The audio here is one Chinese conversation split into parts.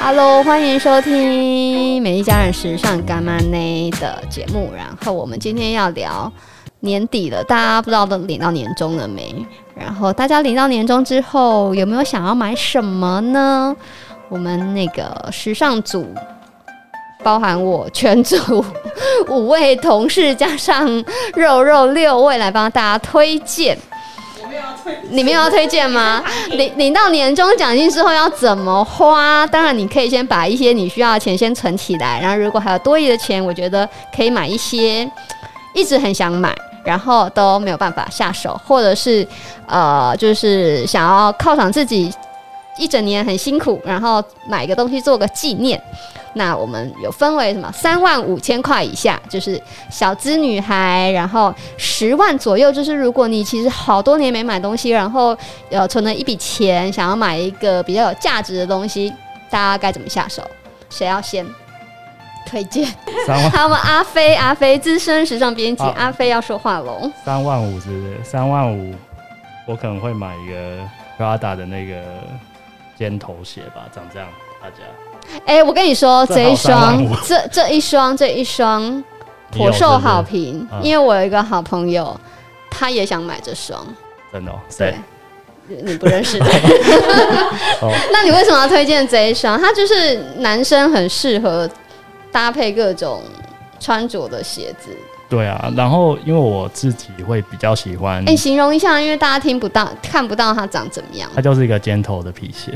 Hello，欢迎收听《美丽家人时尚干妈内》的节目。然后我们今天要聊年底了，大家不知道都领到年终了没？然后大家领到年终之后，有没有想要买什么呢？我们那个时尚组，包含我全组五位同事，加上肉肉六位，来帮大家推荐。你们要推荐吗？领领到年终奖金之后要怎么花？当然，你可以先把一些你需要的钱先存起来，然后如果还有多余的钱，我觉得可以买一些一直很想买，然后都没有办法下手，或者是呃，就是想要犒赏自己一整年很辛苦，然后买个东西做个纪念。那我们有分为什么？三万五千块以下就是小资女孩，然后十万左右就是如果你其实好多年没买东西，然后呃存了一笔钱，想要买一个比较有价值的东西，大家该怎么下手？谁要先推荐？三万 还有我们阿飞， 阿飞资深时尚编辑，好阿飞要说话喽。三万五是不是？三万五，我可能会买一个 Prada 的那个尖头鞋吧，长这样，大家。哎、我跟你说，正好这一3双万五，这这一双，这一双你有颇受好是评，嗯因为我有一个好朋友，他也想买这双。不是真的、哦，对对，，你你不认 识 的。哦那你为什么要推荐这一双？它就是男生很适合搭配各种穿着的鞋子。对啊。然后因为我自己会比较喜欢哎、，你形容一下，因为大家听不到、看不到它长怎么样。它就是一个尖头的皮鞋，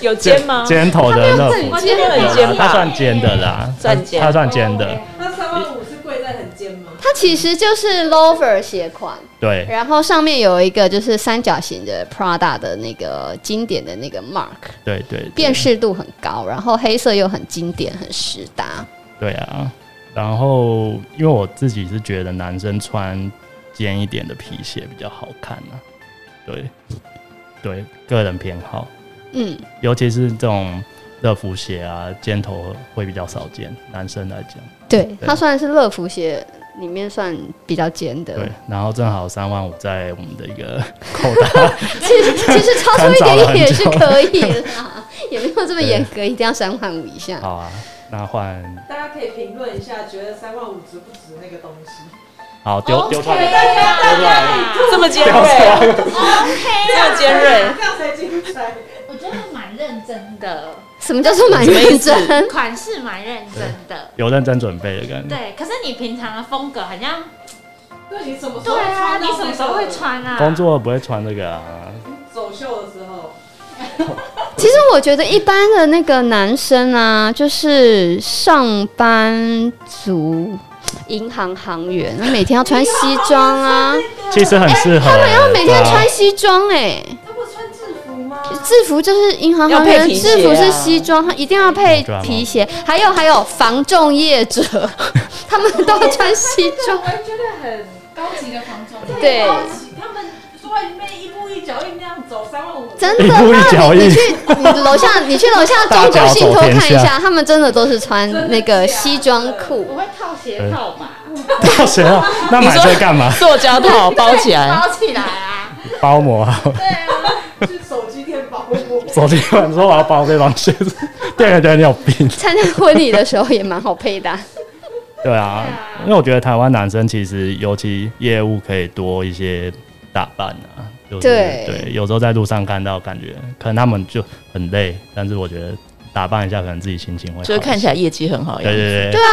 有尖吗？ 尖头的那种。今天很有啦尖它吧？算尖的啦，它算尖它算尖的，哦那三万五是贵在很尖吗？它其实就是 loafer 鞋款，对然后上面有一个就是三角形的 Prada 的那个经典的那个 mark，对对，辨对识度很高，然后黑色又很经典，很实搭。对啊。然后因为我自己是觉得男生穿尖一点的皮鞋比较好看啊，对对，个人偏好。嗯，尤其是这种热敷鞋啊，尖头会比较少见，男生来讲。对，对它算是乐福鞋里面算比较尖的。对，然后正好三万五在我们的一个口袋， 其实其实超出一点点也是可以啦， 也没有这么严格，一定要三万五以下。好啊。那换大家可以评论一下，觉得三万五值不值那个东西？好哦丢丢出来，这么尖锐，这么尖锐，这样才精彩。嗯我觉得蛮认真的，什么叫做蛮认真？款式蛮认真的。有认真准备的感觉。对，可是你平常的风格好像，那你什么时候对啊，穿？你什么时候会？穿啊？工作不会穿这个啊，走秀的时候，其实我觉得一般的那个男生啊，就是上班族、银行行员，那每天要穿西装啊，其实很适合、他啊们要每天穿西装哎、他不穿制服吗？制服就是银行行要员，配皮鞋啊制服是西装，他一定要配皮鞋。还有还有防重业者， 他们都穿西装。我也觉得很高级的房装，对高级。他们说外面一步一脚印那样走，三万五。真一的，步一那脚你印你去你楼下，你去楼下中国信托看一大脚走天下，他们真的都是穿那个西装裤。我会套鞋套嘛，到谁啊？那买这干嘛？塑胶套 包起来，包起来啊。包膜啊！去手机店保护。昨天晚说我要包这双鞋子，店员觉得你有病。参加婚礼的时候也蛮好配 的啊、对啊，因为我觉得台湾男生其实尤其业务可以多一些打扮啊，就是对有时候在路上看到，感觉可能他们就很累，但是我觉得打扮一下，可能自己心情会好就是看起来，来业绩很好，对对对对啊，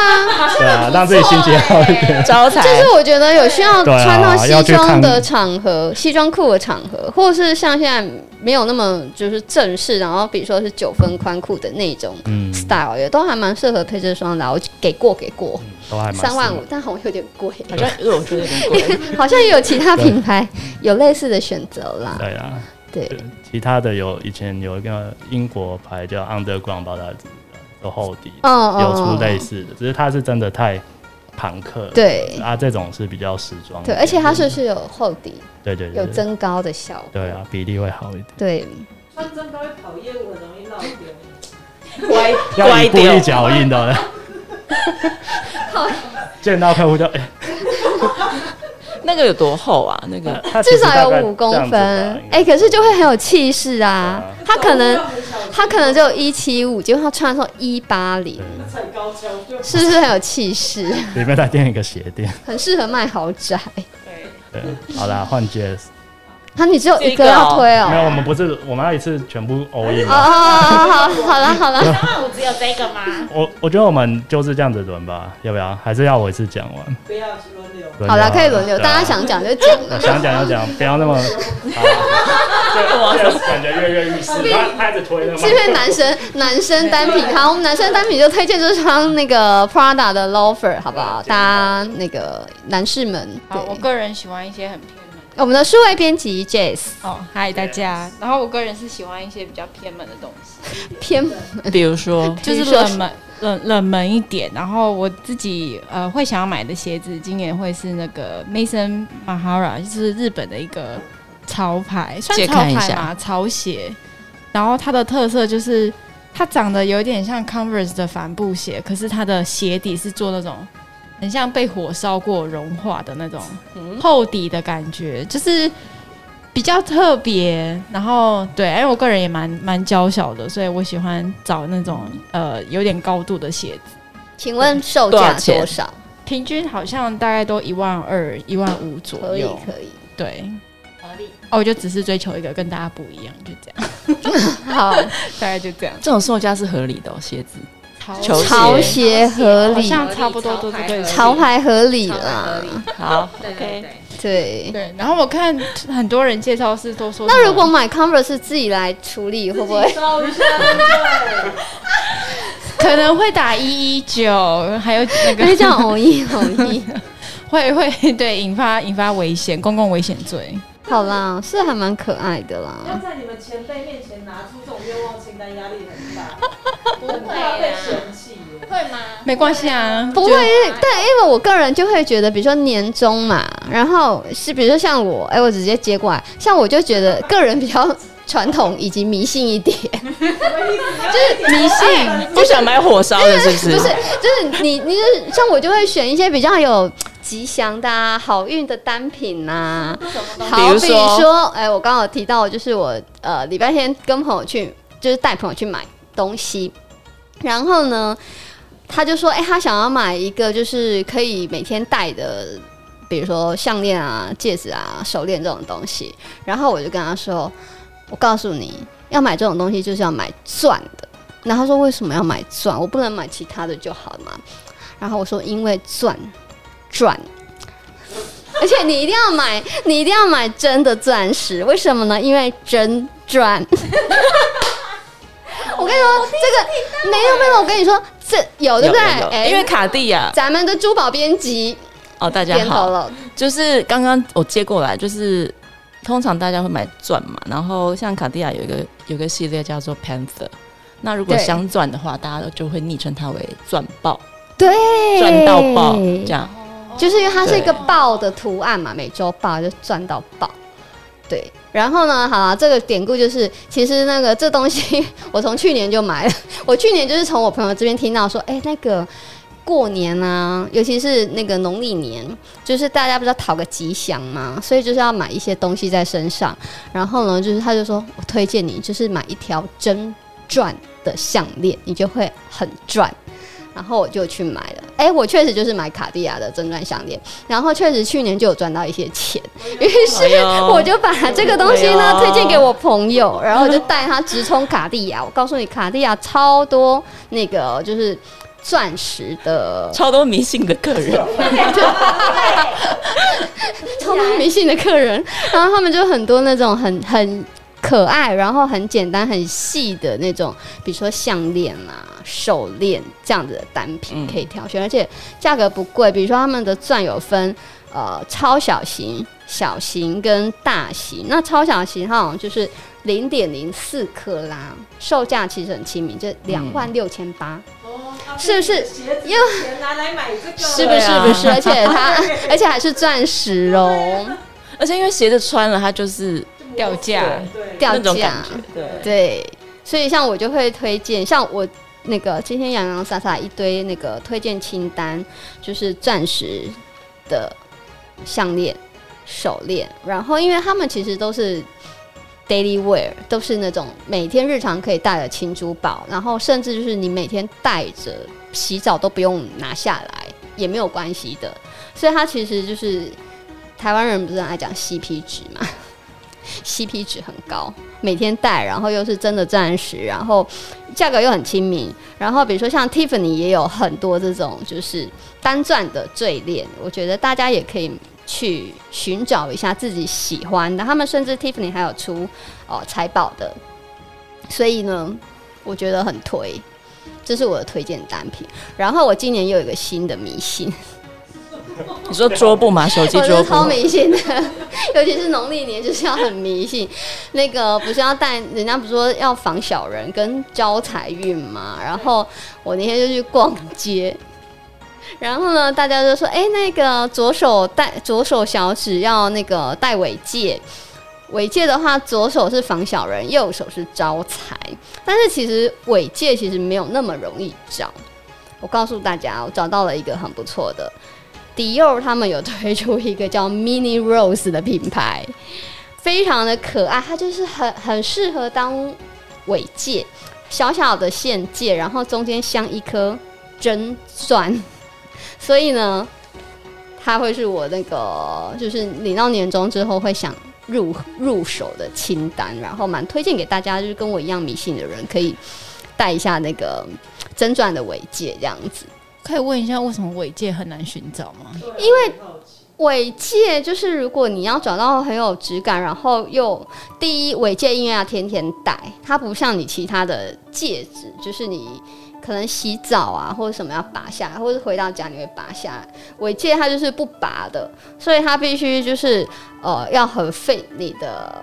对啊，让自己心情好一点。招财。就是我觉得有需要哎对啊穿到西要去装看的场合、西装裤的场合，或者是像现在没有那么就是正式，然后比如说是九分宽裤的那种嗯， style，也都还蛮适合配这双的啊。我给过给过都还蛮三万适五，但好像有点贵，好像因为我觉得有点贵， 好像也有其他品牌有类似的选择啦合。。对啊，对，对其他的有以前有一个英国牌叫 Underground，不知道大家知不知道做厚底，嗯有出类似的，只是它是真的太朋克了。对啊，这种是比较时装一对，点的。而且它是是有厚底、对嗯对对有对增高的效果。对啊，比例会好一点。对，穿真高会跑业务，很容易闹丢。乖要乖一步掉一，脚 印的。见到客户就哎、那个有多厚啊？那个它至其实少大概有五公这样子分吧。哎、可是就会很有气势啊对啊。他可能很小心他可能只有一七五，结果他穿的时候一八零，才高跷就。是不是很有气势？ 对里面再垫一个鞋垫。很适合卖豪宅。哎对，对，好啦，换 Jazz。啊，你只有一这个个要哦推哦、没有，我们不是我们要一次全部 all in 哦吗？哦，好，好了好了，三万五只有这个吗？我我觉得我们就是这样子轮吧，要不要？还是要我一次讲完？不要轮流。轮好了，流可以轮流，对啊大家想讲就讲了。呃想讲就讲，不 要那么。啊这个感觉跃跃欲试，他他一直推那是因为男生男生单品，好，我们男生单品就推荐就是穿那个 Prada 的 loafer，好不好？大家那个男士们，对好，，我个人喜欢一些很偏门的。我们的数位编辑 Jazz 哦，嗨大家。然后我个人是喜欢一些比较偏门的东西，偏比如说 就比是如说冷门冷冷门一点。然后我自己呃会想要买的鞋子，今年会是那个 Mason Mahara，就是日本的一个潮牌，算借潮看一牌下嘛，潮鞋。然后它的特色就是它长得有点像 Converse 的帆布鞋，可是它的鞋底是做那种很像被火烧过融化的那种嗯厚底的感觉，就是比较特别。然后对，因为我个人也蛮蛮娇小的，所以我喜欢找那种呃有点高度的鞋子。请问售多价少钱多少？平均好像大概都一万二、一万五左可以右，可以，对。合理。哦，我就只是追求一个跟大家不一样，就 这样，好，大概就这样。这种售价是合理的哦鞋子，球鞋潮鞋合好理，像差不多都是对的潮牌合理超合啦，理。好，对对对，对。对，然后我看很多人介绍是都说什么，那如果买 Converse 是自己来处理，会不会？ 烧一下，对，可能会打一一九，还有那个 那就叫偶一偶一。会会对引发引发危险，公共危险罪。 好啦，是还蛮可爱的要啦。在你们前辈面前拿出这种愿望清单，压力 很大，不很会怕被啊，嫌弃耶。会吗？没关系 啊，不会，就但因为我个人就会觉得，比如说年终嘛，然后是比如说像我，哎、我直接接过来，像我就觉得个人比较传统以及迷信一点，就是迷信不想买火烧的，是不？就是就是你你就是像我就会选一些比较有吉祥的、啊、好运的单品呐、啊，好比比如说说，哎、我刚刚有提到，就是我呃礼拜天跟朋友去，就是带朋友去买东西，然后呢，他就说，哎、他想要买一个就是可以每天戴的，比如说项链啊、戒指啊、手链这种东西。然后我就跟他说，我告诉你要买这种东西就是要买钻的。然后他说为什么要买钻？我不能买其他的就好了嘛。然后我说因为钻赚。而且你一定要买，你一定要买真的钻石，为什么呢？因为真赚。 我跟你哦说，这个没有没有，我跟你说，这有对不对？哎有有有因为卡地亚咱们的珠宝编辑哦，大家点头好，了，就是刚刚我接过来，就是通常大家会买钻嘛，然后像卡地亚有一个有一个系列叫做 Panther，那如果对镶钻的话，大家就会昵称它为钻豹、对，钻到爆这样。就是因为它是一个豹的图案嘛，美洲豹就赚到豹。对，然后呢，好啊，这个典故就是，其实那个这东西 我从去年就买了， 我去年就是从我朋友这边听到说，哎、那个过年啊，尤其是那个农历年，就是大家不是要讨个吉祥嘛，所以就是要买一些东西在身上。然后呢，就是他就说我推荐你，就是买一条真钻的项链，你就会很赚。然后我就去买了，哎、我确实就是买卡地亚的真钻项链，然后确实去年就有赚到一些钱，于是哎呦哦我就把这个东西哎呢呦推荐给我朋友，然后我就带他直冲卡地亚。我告诉你，卡地亚超多那个就是钻石的，超多迷信的客人， 超多迷信的客 人，然后他们就很多那种很很可爱，然后很简单很细的那种，比如说项链啊、手链这样子的单品嗯可以挑选，而且价格不贵。比如说他们的钻有分呃超小型、小型跟大型，那超小型它好像就是零点零四克拉，售价其实很亲民，就两万六千八。是不是因为钱拿来买这个，是不是？啊不是，而且它， 而且还是钻石哦，而且因为鞋子穿了，它就是啊掉价。对，掉那种价感。觉，对，对，所以像我就会推荐，像我那个今天洋洋洒洒一堆那个推荐清单，就是钻石的项链，手链，然后因为他们其实都是 daily wear，都是那种每天日常可以戴的轻珠宝，然后甚至就是你每天戴着洗澡都不用拿下来也没有关系的，所以它其实就是台湾人不是很爱讲 CP 值嘛 ，CP 值很高，每天戴，然后又是真的钻石，然后价格又很亲民，然后比如说像 Tiffany 也有很多这种就是单钻的坠链，我觉得大家也可以去寻找一下自己喜欢的。他们甚至 Tiffany 还有出哦财宝的，所以呢，我觉得很推，这是我的推荐单品。然后我今年又有一个新的迷信，你说桌布嘛，手机我桌是布，超迷信的， 尤其是农历年就是要很迷信。那个不是要带人家不是说要防小人跟招财运嘛？然后我那天就去逛街，然后呢，大家就说：“哎、那个左手戴左手小指要那个戴尾戒，尾戒的话，左手是防小人，右手是招财。但是其实尾戒其实没有那么容易找。我告诉大家，我找到了一个很不错的，迪奥他们有推出一个叫 Mini Rose 的品牌，非常的可爱，它就是很很适合当尾戒，小小的线戒，然后中间镶一颗针钻，所以呢，它会是我那个就是领到年终之后会想。入入手的清单，然后蛮推荐给大家，就是跟我一样迷信的人可以戴一下那个针钻的尾戒，这样子。可以问一下为什么尾戒很难寻找吗？因为尾戒就是，如果你要找到很有质感，然后又第一尾戒应该要天天戴，它不像你其他的戒指，就是你可能洗澡啊或者什么要拔下来，或者回到家你会拔下来。尾戒它就是不拔的，所以它必须就是呃要很费你的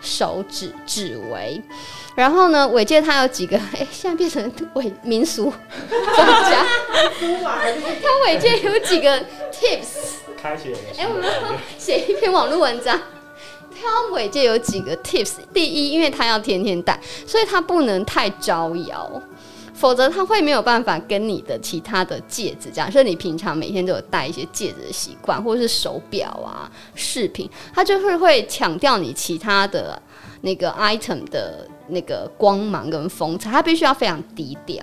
手指指围。然后呢，尾戒它有几个？哎，现在变成 尾民俗专家，它尾戒有几个 tips？ 开启了。哎、我们要写一篇网络文章。挑尾戒有几个 tips，第一，因为它要天天戴，所以它不能太招摇，否则它会没有办法跟你的其他的戒指。假设你平常每天都有戴一些戒指的习惯，或者是手表啊、饰品，它就是会抢掉你其他的那个 item 的那个光芒跟风采，它必须要非常低调。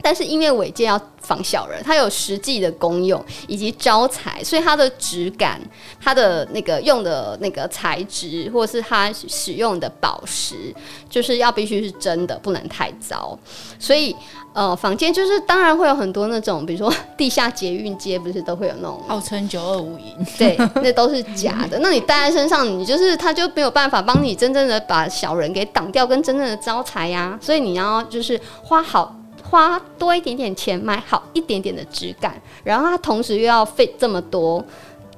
但是因为尾戒要防小人，它有实际的功用以及招财，所以它的质感、它的那个用的那个材质，或是它使用的宝石，就是要必须是真的，不能太糟。所以呃，坊间就是当然会有很多那种，比如说地下捷运街，不是都会有那种号称九二五银，对，那都是假的。那你戴在身上，你就是它就没有办法帮你真正的把小人给挡掉，跟真正的招财呀、所以你要就是花好花多一点点钱买好一点点的质感，然后它同时又要费这么多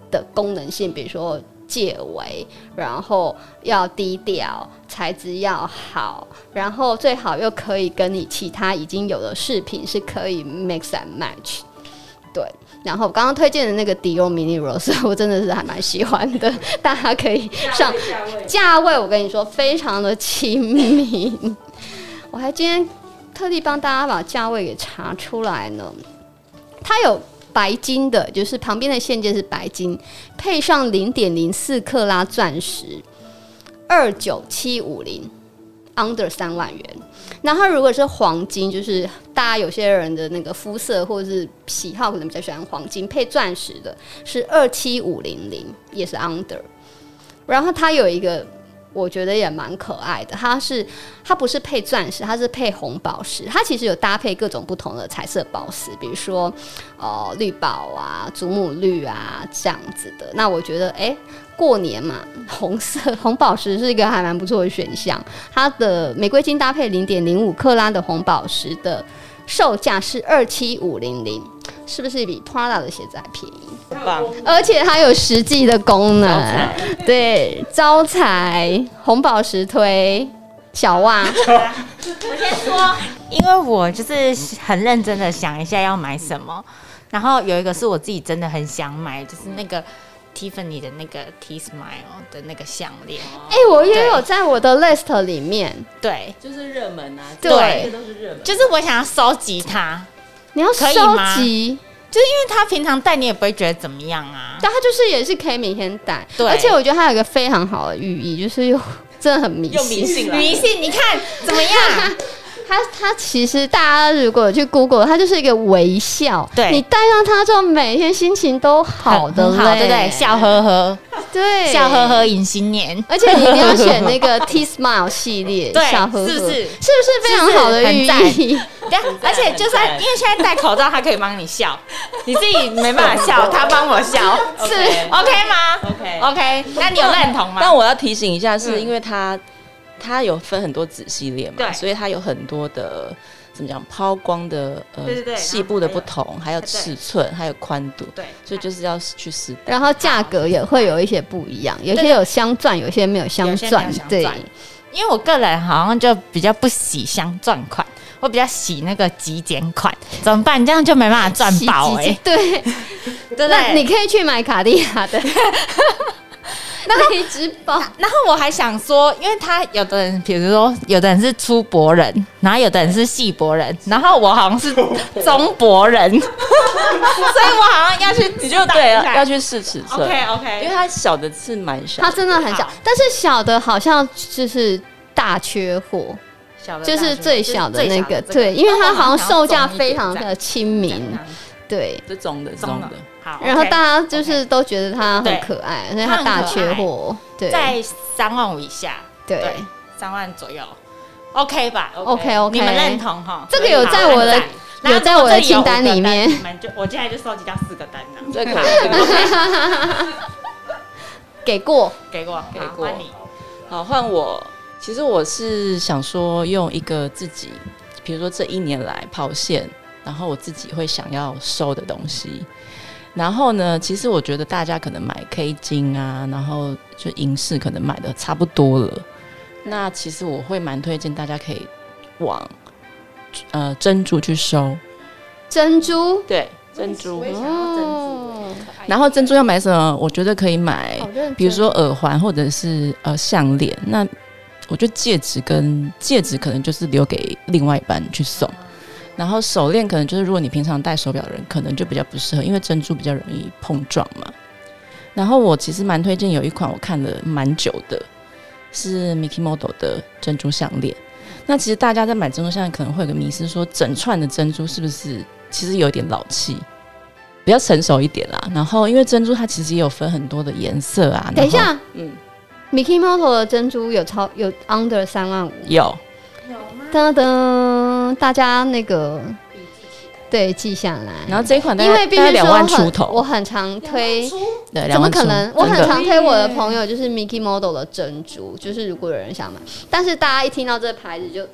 的功能性，比如说。戒围，然后要低调，材质要好，然后最好又可以跟你其他已经有的饰品是可以 mix and match，对。然后我刚刚推荐的那个迪欧 Mini Rose，我 真的是还蛮喜欢的，大家可以上价位价位，我跟你说非常的亲民。 我还今天特地帮大家把价位给查出来呢。它有白金的，就是旁边的线戒是白金，配上零点零四克拉钻石，二九七五零，under 三万元。那它如果是黄金，就是大家有些人的那个肤色或者是喜好，可能比较喜欢黄金配钻石的，是二七五零零，也是 under。然后它有一个，我觉得也蛮可爱的，它是它不是配钻石，它是配红宝石，它其实有搭配各种不同的彩色宝石，比如说呃绿宝啊、祖母绿啊这样子的。那我觉得，哎，过年嘛，红色红宝石是一个还蛮不错的选项。它的玫瑰金搭配零点零五克拉的红宝石的售价是二七五零零，是不是比 Prada 的鞋子还便宜？很棒。而且它有实际的功招能财，对，招财、红宝石推、小哎 袜，我先说，因为我就是很认真的想一下要买什么，然后有一个是我自己真的很想买，就是那个 Tiffany 的那个 T Smile 的那个项链，哎、我也有在我的 list 里面，对，就是热门啊，对都是热门。就是我想要收集它，你要可以收吗集，就是因为他平常戴你也不会觉得怎么样啊。但它就是也是可以每天戴，对而且我觉得它有一个非常好的寓意，就是又真的很迷又迷 信。信了。迷信，你看怎么样？它它其实大家如果去 Google，它就是一个微笑，对你戴上它之后，每天心情都 好的嘞，很好，对不对？笑呵呵，对笑呵呵，迎新年，而且你一定要选那个 T Smile 系列，对笑呵呵，是是不是不是非常好的寓意？对啊，哎而且就算很赞因为现在戴口罩，他可以帮 你笑，你自己没办法笑，他帮我笑 OK 哦，OK 吗 OK。 ？OK，那你有认同吗？但我要提醒一下，是嗯因为它它有分很多子系列嘛，对所以它有很多的怎么讲抛光的呃对对对细部的然后不还有同，还有对尺寸，还有宽度，对所以就是要去试戴。然后价格也会有一些不一样，有些有镶钻，有些没有镶有些没有钻镶，钻对，因为我个人好像就比较不喜镶钻款，我比较喜那个极简款，怎么办？这样就没办法赚洗宝几哎、件欸对。对不那对？你可以去买卡地亚 的那一只包，然后我还想说，因为他有的人，比如说有的人是粗博人，然后有的人是细博人，然后我好像是中博人，所以我好像要去你就对要看要去试尺寸 OK 因为 OK，它小的是蛮小它，真的很小，但是小的好像就是大缺货，就是最小的那个，对，因为它好像售价非常的亲民，对。这中的中中的的。好，然后大家就是都觉得它很对可爱，所以它它很大可缺爱货，对在三万五以下，对对。三万左右，OK 吧 OK OK，你们认同哈？这个有在我的好按赞有在我的然后如果这里有清单五个里面你们就我现在就收集到四个单了，这个这 个给过，给我，给好过换你好，换我。其实我是想说，用一个自己，比如说这一年来跑线，然后我自己会想要收的东西。然后呢，其实我觉得大家可能买 K 金啊，然后就银饰可能买的差不多了。那其实我会蛮推荐大家可以往呃珍珠去收，珍珠对珍珠。哦，然后珍珠要买什么？我觉得可以买好认哎比如真说耳环或者是呃项链，那我觉得戒指跟戒指可能就是留给另外一半去送，然后手链可能就是如果你平常戴手表的人，可能就比较不适合，因为珍珠比较容易碰撞嘛。然后我其实蛮推荐有一款我看了蛮久的，是 Mickey Model 的珍珠项链。那其实大家在买珍珠项链可能会有个迷思，说整串的珍珠是不是其实有一点老气？比较成熟一点啦，然后因为珍珠它其实也有分很多的颜色啊。然后等一下，嗯，Mickey Moto 的珍珠有超有 under 三万五，有，噔噔，大家那个对记下来，然后这一款大因为概必大概须两说万很出我头，很常推，对，怎两么万出可能？我很真的常推我的朋友就是 Mickey Model 的珍珠，就是如果有人想买，但是大家一听到这牌子就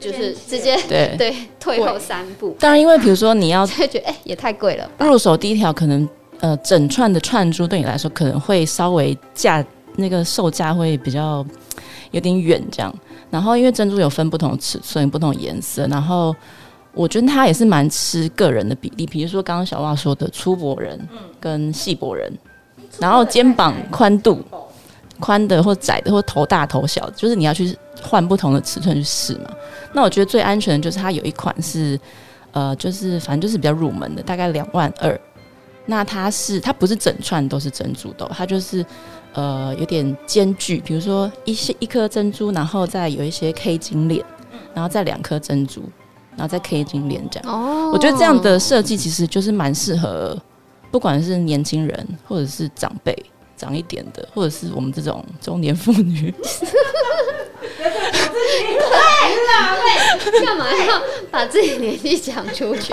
就是直接对。对退后三步，当然，因为比如说你要就会觉得哎、也太贵了吧，入手第一条，可能呃整串的串珠对你来说可能会稍微价那个售价会比较有点远这样。然后因为珍珠有分不同的尺寸、不同的颜色，然后我觉得它也是蛮吃个人的比例，比如说刚刚小袜说的粗薄人跟细薄人，然后肩膀宽度。宽的或窄的或头大头小，就是你要去换不同的尺寸去试嘛。那我觉得最安全的就是它有一款是，呃，就是反正就是比较入门的，大概两万二。那它是它不是整串都是珍珠的哦，它就是呃有点间距，比如说一些一颗珍珠，然后再有一些 K 金链，然后再两颗珍珠，然后再 K 金链这样。哦我觉得这样的设计其实就是蛮适合，不管是年轻人或者是长辈长一点的，或者是我们这种中年妇 女。哎干嘛要把自己年纪讲出去？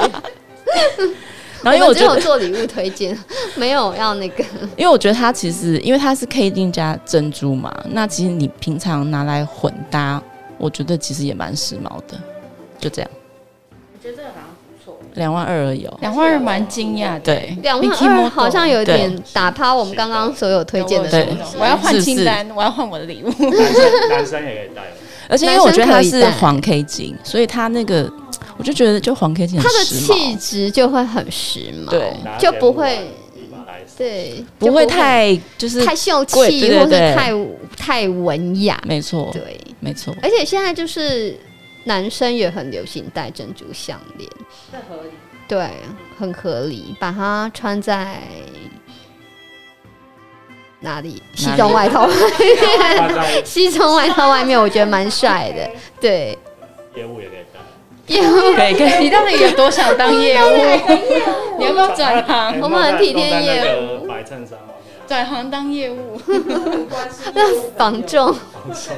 然后因为我我们只觉有得，做礼物推荐，没有要那个因为我觉得它其实因为它是 K 金加珍珠嘛，那其实你平常拿来混搭，我觉得其实也蛮时髦的，就这样。我觉得这个好像不错，两万二而已、哦。两万人蛮惊讶的。对，两万 Mickey 二， Model 好像有点打趴我们刚刚所有推荐的对东西。我要换是清单，我要换我的礼物。男生男生也可以戴哦。而且因为我觉得它是黄 K 金，所以它那个我就觉得就黄 K 金它很的时气髦，质就会很时髦，对拿就钱不 mua 会立马来 死对，不就会太就是太秀气，贵对对或是对太太文雅，没错，对。没错，而且现在就是男生也很流行戴珍珠项链，对，很合理，把它穿在哪里？西装外套， 西装外套外面我觉得蛮帅 的。对，业务也可以 带。业务可以可以，你到底有多想当业 务？你要不要转行？哎我们很体贴业务务。白衬衫外面转行当业务？那防重，放松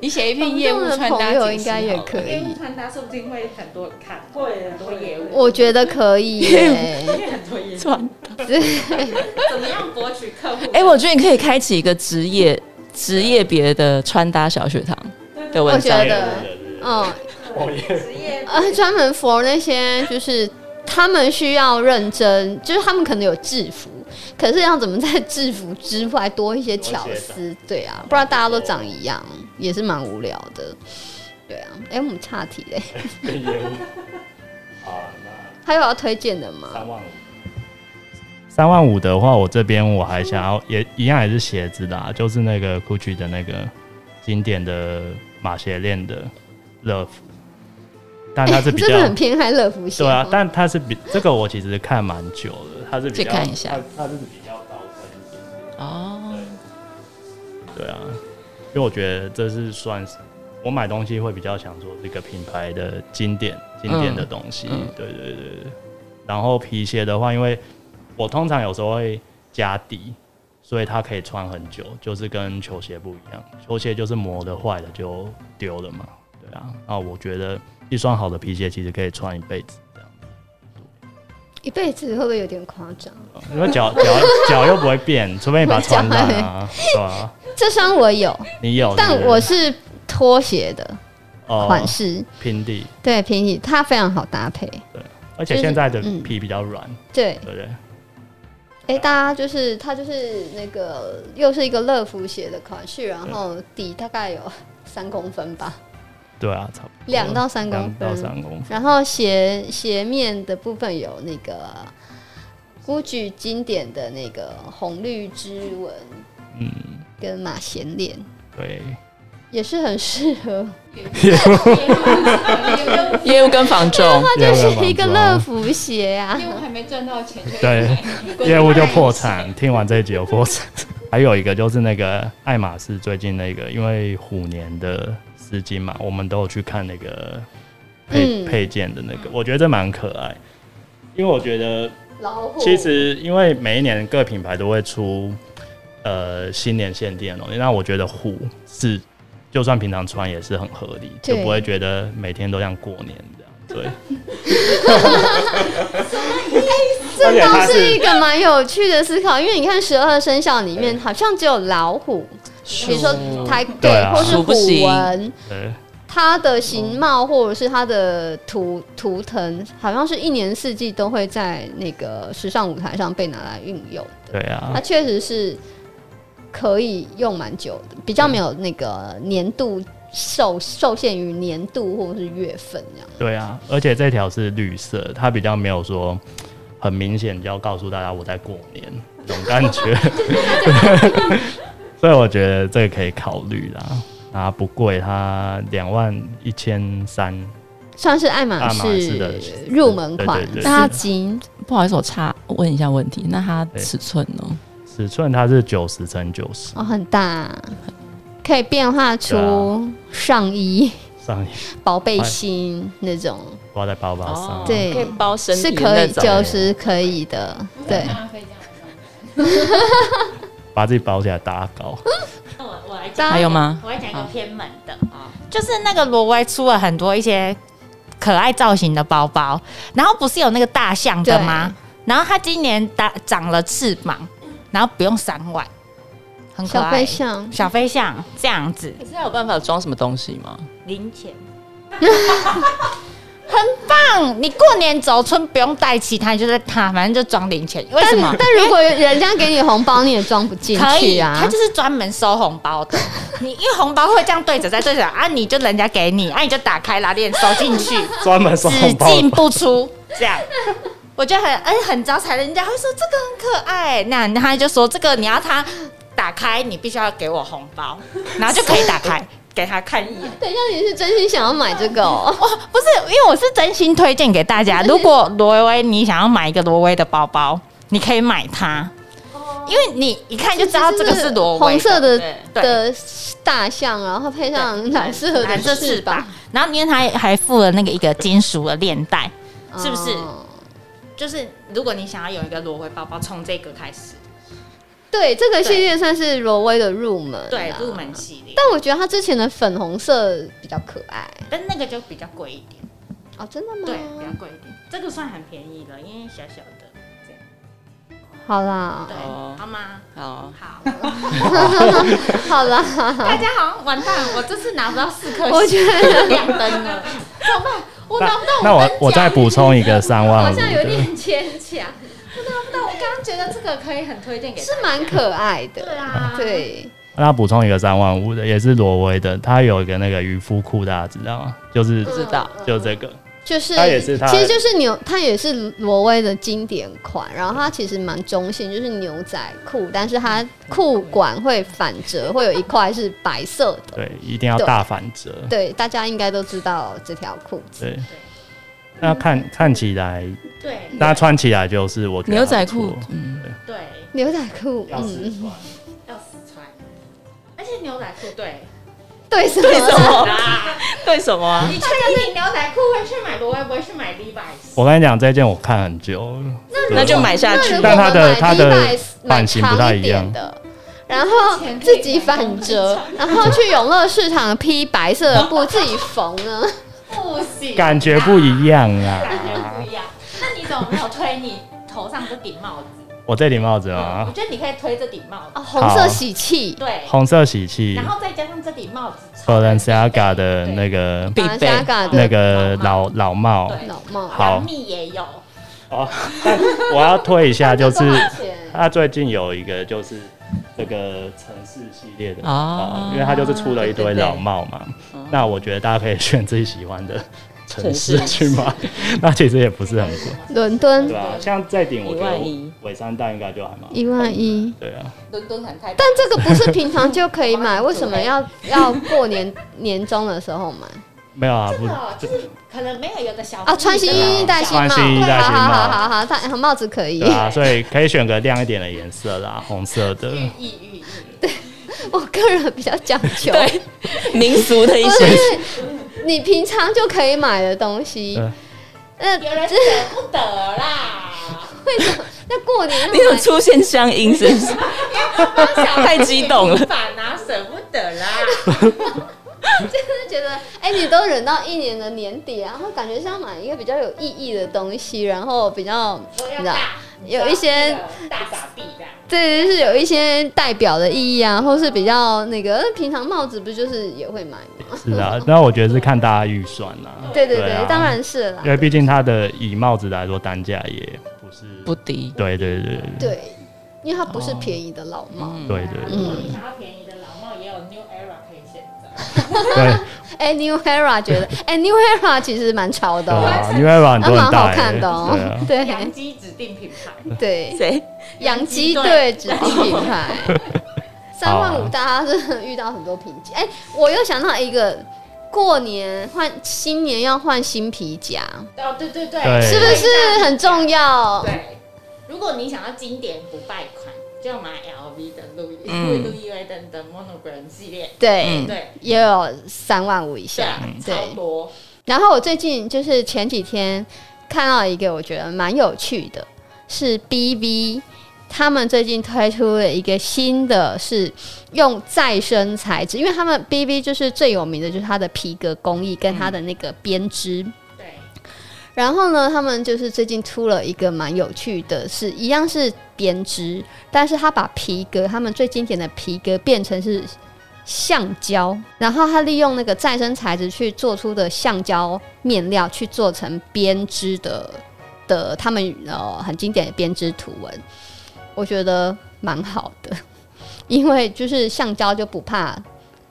你写一篇防业务重的穿朋搭友解应释该也好了可业务以，穿搭说不定会很多看，会很多业务，我觉得 可以耶。会很多业务，转怎么样博取客户？哎、我觉得你可以开启一个职业职业别的穿搭小学堂的文我 觉章，得，嗯，我也 职业呃，专门 for 那些就是他们需要认真，就是他们可能有制服，可是要怎么在制服之外多一些巧思？对啊，不然大家都长一样，也是蛮无聊的。对啊，哎、我们岔题 嘞，跟业务。好，那还有要推荐的吗？三万五。三万五的话，我这边我还想嗯要也一样也是鞋子啦，就是那个 GUCCI 的那个经典的马鞋链的 Love，但它是比哎真较的很偏爱乐福鞋对吗，哦啊，但它是比这个我其实看蛮久的，它是比去较看一下它它是比较高分一点点。哦，对啊，因为我觉得这是算是我买东西会比较想说这个品牌的经典经典的东西，嗯对对对对。然后皮鞋的话，因为我通常有时候会加底，所以它可以穿很久，就是跟球鞋不一样。球鞋就是磨的坏了就丢了嘛，对啊。那我觉得一双好的皮鞋其实可以穿一辈子。这样一辈子会不会有点夸张？因为脚脚脚又不会变，除非你把它穿烂啊，对啊，这双我有，哦你有，但对不对我是拖鞋的哦款式，平底，对，平底它非常好搭配。而且就是现在的嗯皮比较软，对，对不对？哎、大家就是它就是那个又是一个乐福鞋的款式，然后底大概有 三公分吧，对啊，差不多两到三公两到分。三公分，然后鞋鞋面的部分有那个 GUCCI 经典的那个红绿织纹嗯，跟马衔链，对，也是很适 合，业务跟房仲，它就是一个要不然乐晚福鞋啊。业务还没赚到钱，上对，业务就破产。听完这一集有破产。还有一个就是那个爱马仕最近那个，因为虎年的丝巾嘛，我们都有去看那个嗯配、配件的那个，我觉得这蛮可爱，因为我觉得老虎其实因为每一年各品牌都会出呃新年限定的东西，那我觉得虎是就算平常穿也是很合理，就对不会觉得每天都像过年这样。对， 而这且倒它是一是个蛮有趣的思考，因为你看十二生肖里面好像只有老虎，比如说哦台对对啊或是鼠不行虎纹，呃它的形貌或者是它的图图腾，好像是一年四季都会在那个时尚舞台上被拿来运用的。对啊它，确实是可以用蛮久的，比较没有那个年度受受限于年度或者是月份这样。对啊，而且这条是绿色，它比较没有说很明显就要告诉大家我在过年这种感 觉，所以我觉得这个可以考虑啦。啊，不贵，它两万一千三，算是爱马爱马仕仕的入门款对对对对丝巾，不好意思，我插问一下问题，那它对尺寸呢？尺寸它是九十乘九十哦，很 大，可以变化对出啊哎上衣、上衣薄背心那种，挂在包包上。对可以包身是体可的那以，种。九十可以的，对。把自己包起来搭高，那我我来讲，大还家有吗？我来讲一个好偏门的，就是那个罗威出了很多一些可爱造型的包包，然后不是有那个大象的吗？然后它今年打长了翅膀，然后不用三万，很可小爱飞。象，小飞象这样子，可是它有办法装什么东西吗？零钱， 很棒！你过年走村不用带其他，你就在它，反正就装零钱。为什么？但如果人家给你红包，你也装不进可以去啊它。就是专门收红 包的。你因为红包会这样对折再对折啊，你就人家给你，啊你就打开拉链收进 去，专门收只红包的进不出，这 样。我觉得很哎很招财，人家会说这个很可爱，那 那他就说这个你要他打开，你必须要给我红包，然后就可以打开。给他看一眼。等一下，你是真心想要买这个、哦？哇，不是，因为我是真心推荐给大 家，如果挪威你想要买一个挪威的包包，你可以买它，因为你一看就知道这个是挪威红色的对的大象，然后配上蓝色的蓝色翅翅膀，，然后因为它还附了那个一个金属的链带，是不是哦就是如果你想要有一个挪威包包，从这个开始，对，这个系列算是挪威的入门啦，对，入门系列，但我觉得它之前的粉红色比较可爱但那个就比较贵一点，嗯哦，真的吗？对，比较贵一点，这个算很便宜了，因为小小的，这样，好啦，哦对，好吗？好， 好，好啦，大家好像完蛋了，我这次拿不到四颗星，我觉得亮灯 了，怎么办？我拿不到那我刚我再讲补充一个三万好五像有的，点牵强，的，我刚刚觉得这个可以很推荐给大家是蛮可爱的，对啊，，对，那补充一个三万五的，也是挪威的，它有一个那个渔夫裤，大家知道吗？就是嗯知道，就这个，就是，它也是它其实就是牛，它也是挪威的经典款，然后它其实蛮中性，就是牛仔裤，但是它裤管会反折，会有一块是白色的。对，一定要大反折，对，大家应该都知道这条裤子。对。那看看起来，对大家穿起来就是我觉得牛仔还不错裤，嗯，对，牛仔裤，嗯，穿。要死穿，而且牛仔裤对。对什么？哦对什么啊？你确定牛仔裤会去买罗威，不会去买 Levi's？我跟你讲，这件我看很久，那就买下那去如。果但它的我们买它的 Levi's，买版型不太一样长点的，然后自己反折，然后去永乐市场批白色的布自己缝呢。不行，感觉不一样感觉啊不。一样。那你怎么没有推你头上这顶帽子？我这顶帽子我啊，觉得你可以推这顶帽子，哦，红色好喜气，对，红色喜气然后再加上这顶帽子，Balenciaga 的那个必备 Balenciaga 的那个老老帽。对老帽。好蜜也有，哦，但我要推一 下，就是多少钱他最近有一个就是这个城市系列的哦啊帽，因为他就是出了一堆对对对老帽嘛嗯。那我觉得大家可以选自己喜欢的城市城市去买，嗯 那其实也不是很贵， 伦敦对吧？像这顶，我觉一万一得尾山蛋应该就还蛮。一万一，对啊，伦敦很太但这个不是平常就可以买，为什么要要过年 年终的时候买没有啊，不真的哦，就是可能没有有的小啊？穿新衣戴新帽，穿新衣戴新帽好好好好，戴帽子可以对。啊，所以可以选个亮一点的颜色啦，红色的。寓意寓意， 我个人比较讲究，对，民俗的一不 些是你平常就可以买的东西嗯。那有人舍不 得啦。那过年你怎么买出现乡音？是不是？太激动了反啊，舍不得 啦。就是觉得，哎、你都忍到一年的年底，然后感觉是要买一个比较有意义的东西，然后比较我你要知道大，有一些大傻逼的。对，就是有一些代表的意义啊，或是比较那个，呃平常帽子不就是也会买吗？是啊，那我觉得是看大家预算啦、对对对，对啊当然是啦因。为毕竟它的以帽子来说单价也不是不低，对对对哦对，因为它不是便宜的老帽。嗯，对对对如果你想要便宜的老帽，也有 New Era 可以选择。对哎、n e w Era 觉 得，哎、n e w Era 其实蛮潮的、对哦，啊，因为很它蛮多人好戴看欸，的哦、对啊， 对杨基指定品牌，对，谁？养鸡队队指定品 牌，三万好五，啊大家是遇到很多瓶颈。哎、我又想到一个，过年换新年要换新皮夹，哦，对对对，对是不是很重要？对，如果你想要经典不败款，就买 LV 的路易嗯路易威登的 Monogram 系列，对，对也有三万五以对下啊，，超嗯对。多。然后我最近就是前几天看到一个我觉得蛮有趣的，是 BV 他们最近推出了一个新的是用再生材质，因为他们 BV 就是最有名的就是它的皮革工艺跟它的那个编织。对，然后呢，他们就是最近出了一个蛮有趣的是，一样是编织，但是他把皮革，他们最经典的皮革变成是橡胶，然后他利用那个再生材质去做出的橡胶面料去做成编织的的他们呃很经典的编织图文，我觉得蛮好的，因为就是橡胶就不怕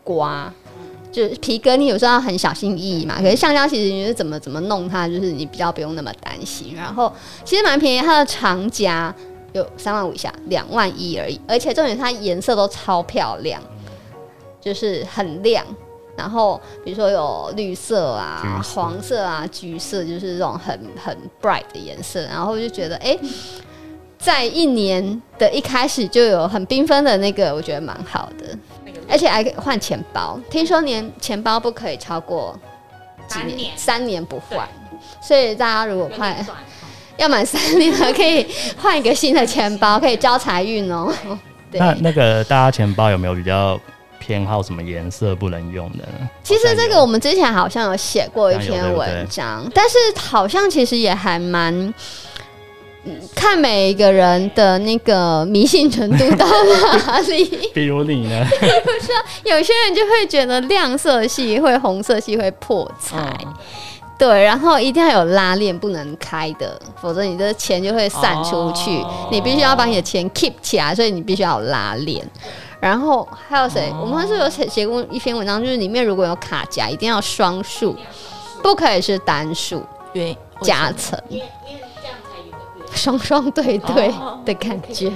刮，就是皮革，你有时候要很小心翼翼嘛。可是橡胶其实你是怎么怎么弄它，就是你比较不用那么担心。然后其实蛮便宜，它的长夹有三万五以下，两万一而已。而且重点是它颜色都超漂亮，就是很亮。然后比如说有绿色啊、橘色黄色啊、橘色，就是这种很很 bright 的颜色。然后我就觉得，哎、在一年的一开始就有很缤纷的那个，我觉得蛮好的，而且还可以换钱包。听说年钱包不可以超过几三年三年不换，所以大家如果有换点。转要满三年了，可以换一个新的钱包，可以招财运哦。 对，那那个大家钱包有没有比较偏好什么颜色不能用的呢？其实这好像个有我们之前好像有写过一篇文章，但是好像其实也还蛮，嗯看每一个人的那个迷信程度到哪里。比如你 呢？有些人就会觉得亮色系会红色系会破财。对，然后一定要有拉链，不能开的，否则你的钱就会散出去。哦你必须要把你的钱 keep 起来，所以你必须要有拉链。然后还有谁？我们是不是有写写过一篇文章，就是里面如果有卡夹，一定要双数，不可以是单数对，我夹层，因为因为这样才有个月。双双对对哦的感觉。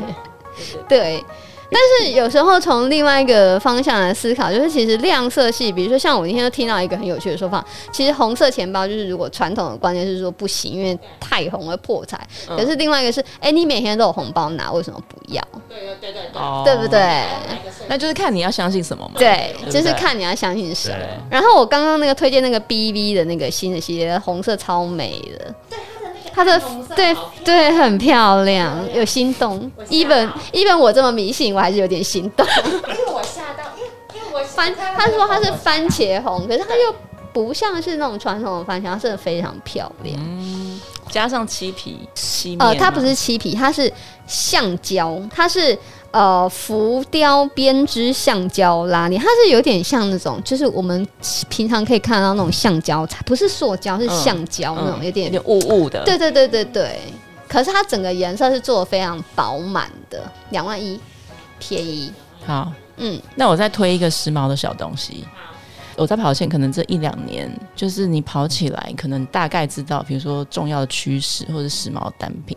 对，但是有时候从另外一个方向来思考，就是其实亮色系，比如说像我那天就听到一个很有趣的说法，其实红色钱包就是如果传统的观念是说不行，因为太红会破财。可是另外一个是，哎、你每天都有红包拿，为什么不要？对对对对对，哦对不？对？哪个是那就是看你要相信什么嘛。对，不就是对看你要相信什么对。然后我刚刚那个推荐那个 BV 的那个新的系列，红色超美的，它的对对很漂亮，有心动。even even 我这么迷信，我还是有点心动。 因为我吓到，因为因为我番，他说它是番茄红，可是它又不像是那种传统的番茄，它真的非常漂亮。加上漆皮漆嗯面嘛，呃，它不是漆皮，它是橡胶，它是呃浮雕编织橡胶拉链，它是有点像那种，就是我们平常可以看到那种橡胶材，不是塑胶，是嗯橡胶那种，有点有点雾雾的。对对对对对。可是它整个颜色是做的非常饱满的，两万一，便宜。好，嗯，那我再推一个时髦的小东西。我在跑线，可能这一两年，就是你跑起来，可能大概知道，比如说重要的趋势或者时髦单品。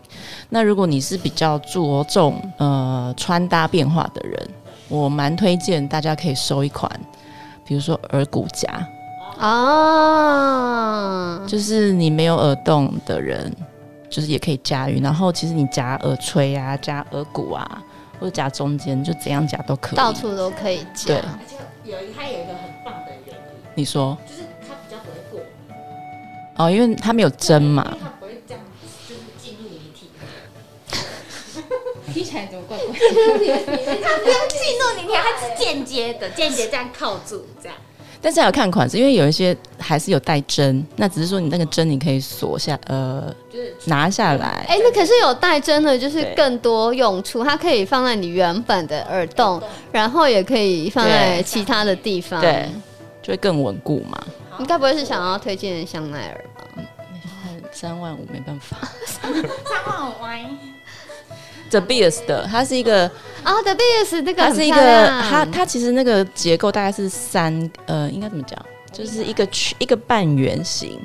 那如果你是比较着重呃穿搭变化的人，我蛮推荐大家可以收一款，比如说耳骨夹，啊哦，就是你没有耳洞的人，就是也可以驾驭。然后其实你夹耳垂啊、夹耳骨啊，或者夹中间，就怎样夹都可以。到处都可以加对。而且有一它有一个很棒的原理，你说就是它比较不会过，哦，因为它没有针嘛。它不会这样就是进入你体。听起来怎么怪怪？它不用进入你体，它是间接的，间接这样靠住这样。但是还有看款式，因为有一些还是有带针，那只是说你那个针你可以锁下，呃，拿下来。哎、那可是有带针的，就是对更多用处，它可以放在你原本的耳洞，然后也可以放在对其他的地方。对，就会更稳固嘛。你该不会是想要推荐香奈儿吧？三万五没办法三万五万， ，The Beast 的，它是一个，啊、t h e Beast 那个它很是一漂个，亮它它其实那个结构大概是三，呃，应该怎么讲，就是一个曲一个半圆形，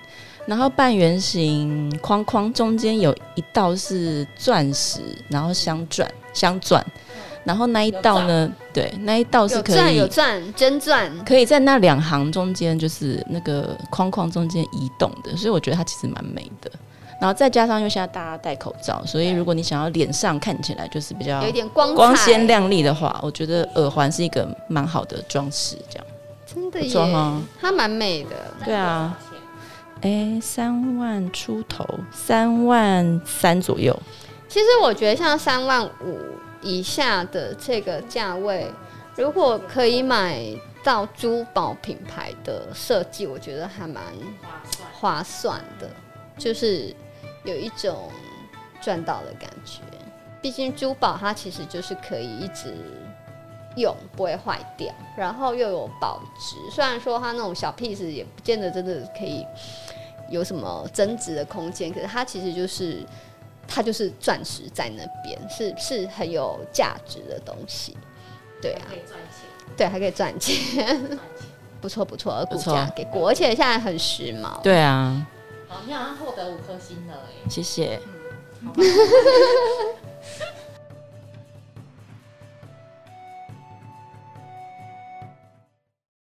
然后半圆形框框中间有一道是钻石，然后镶钻镶钻，然后那一道呢，对，那一道是嗯有可以钻有钻真钻，可以在那两行中间，就是那个框框中间移动的，所以我觉得它其实蛮美的。然后再加上因为现在大家戴口罩，所以如果你想要脸上看起来就是比较有一点光彩啊光鲜，亮丽的话，我觉得耳环是一个蛮好的装饰。这样，真的不错耶哈，它蛮美的。对啊，哎，三万出头，三万三左右，其实我觉得像三万五以下的这个价位，如果可以买到珠宝品牌的设计，我觉得还蛮划算的，就是有一种赚到的感觉。毕竟珠宝它其实就是可以一直用，不会坏掉，然后又有保值。虽然说它那种小 piece 也不见得真的可以有什么增值的空间，可是它其实就是它就是钻石在那边，是是很有价值的东西。对啊，可以赚钱。对，还可以赚钱，不错不错，而股不错价给过，而且现在很时髦。对啊，好，你好像获得五颗星了哎、谢谢。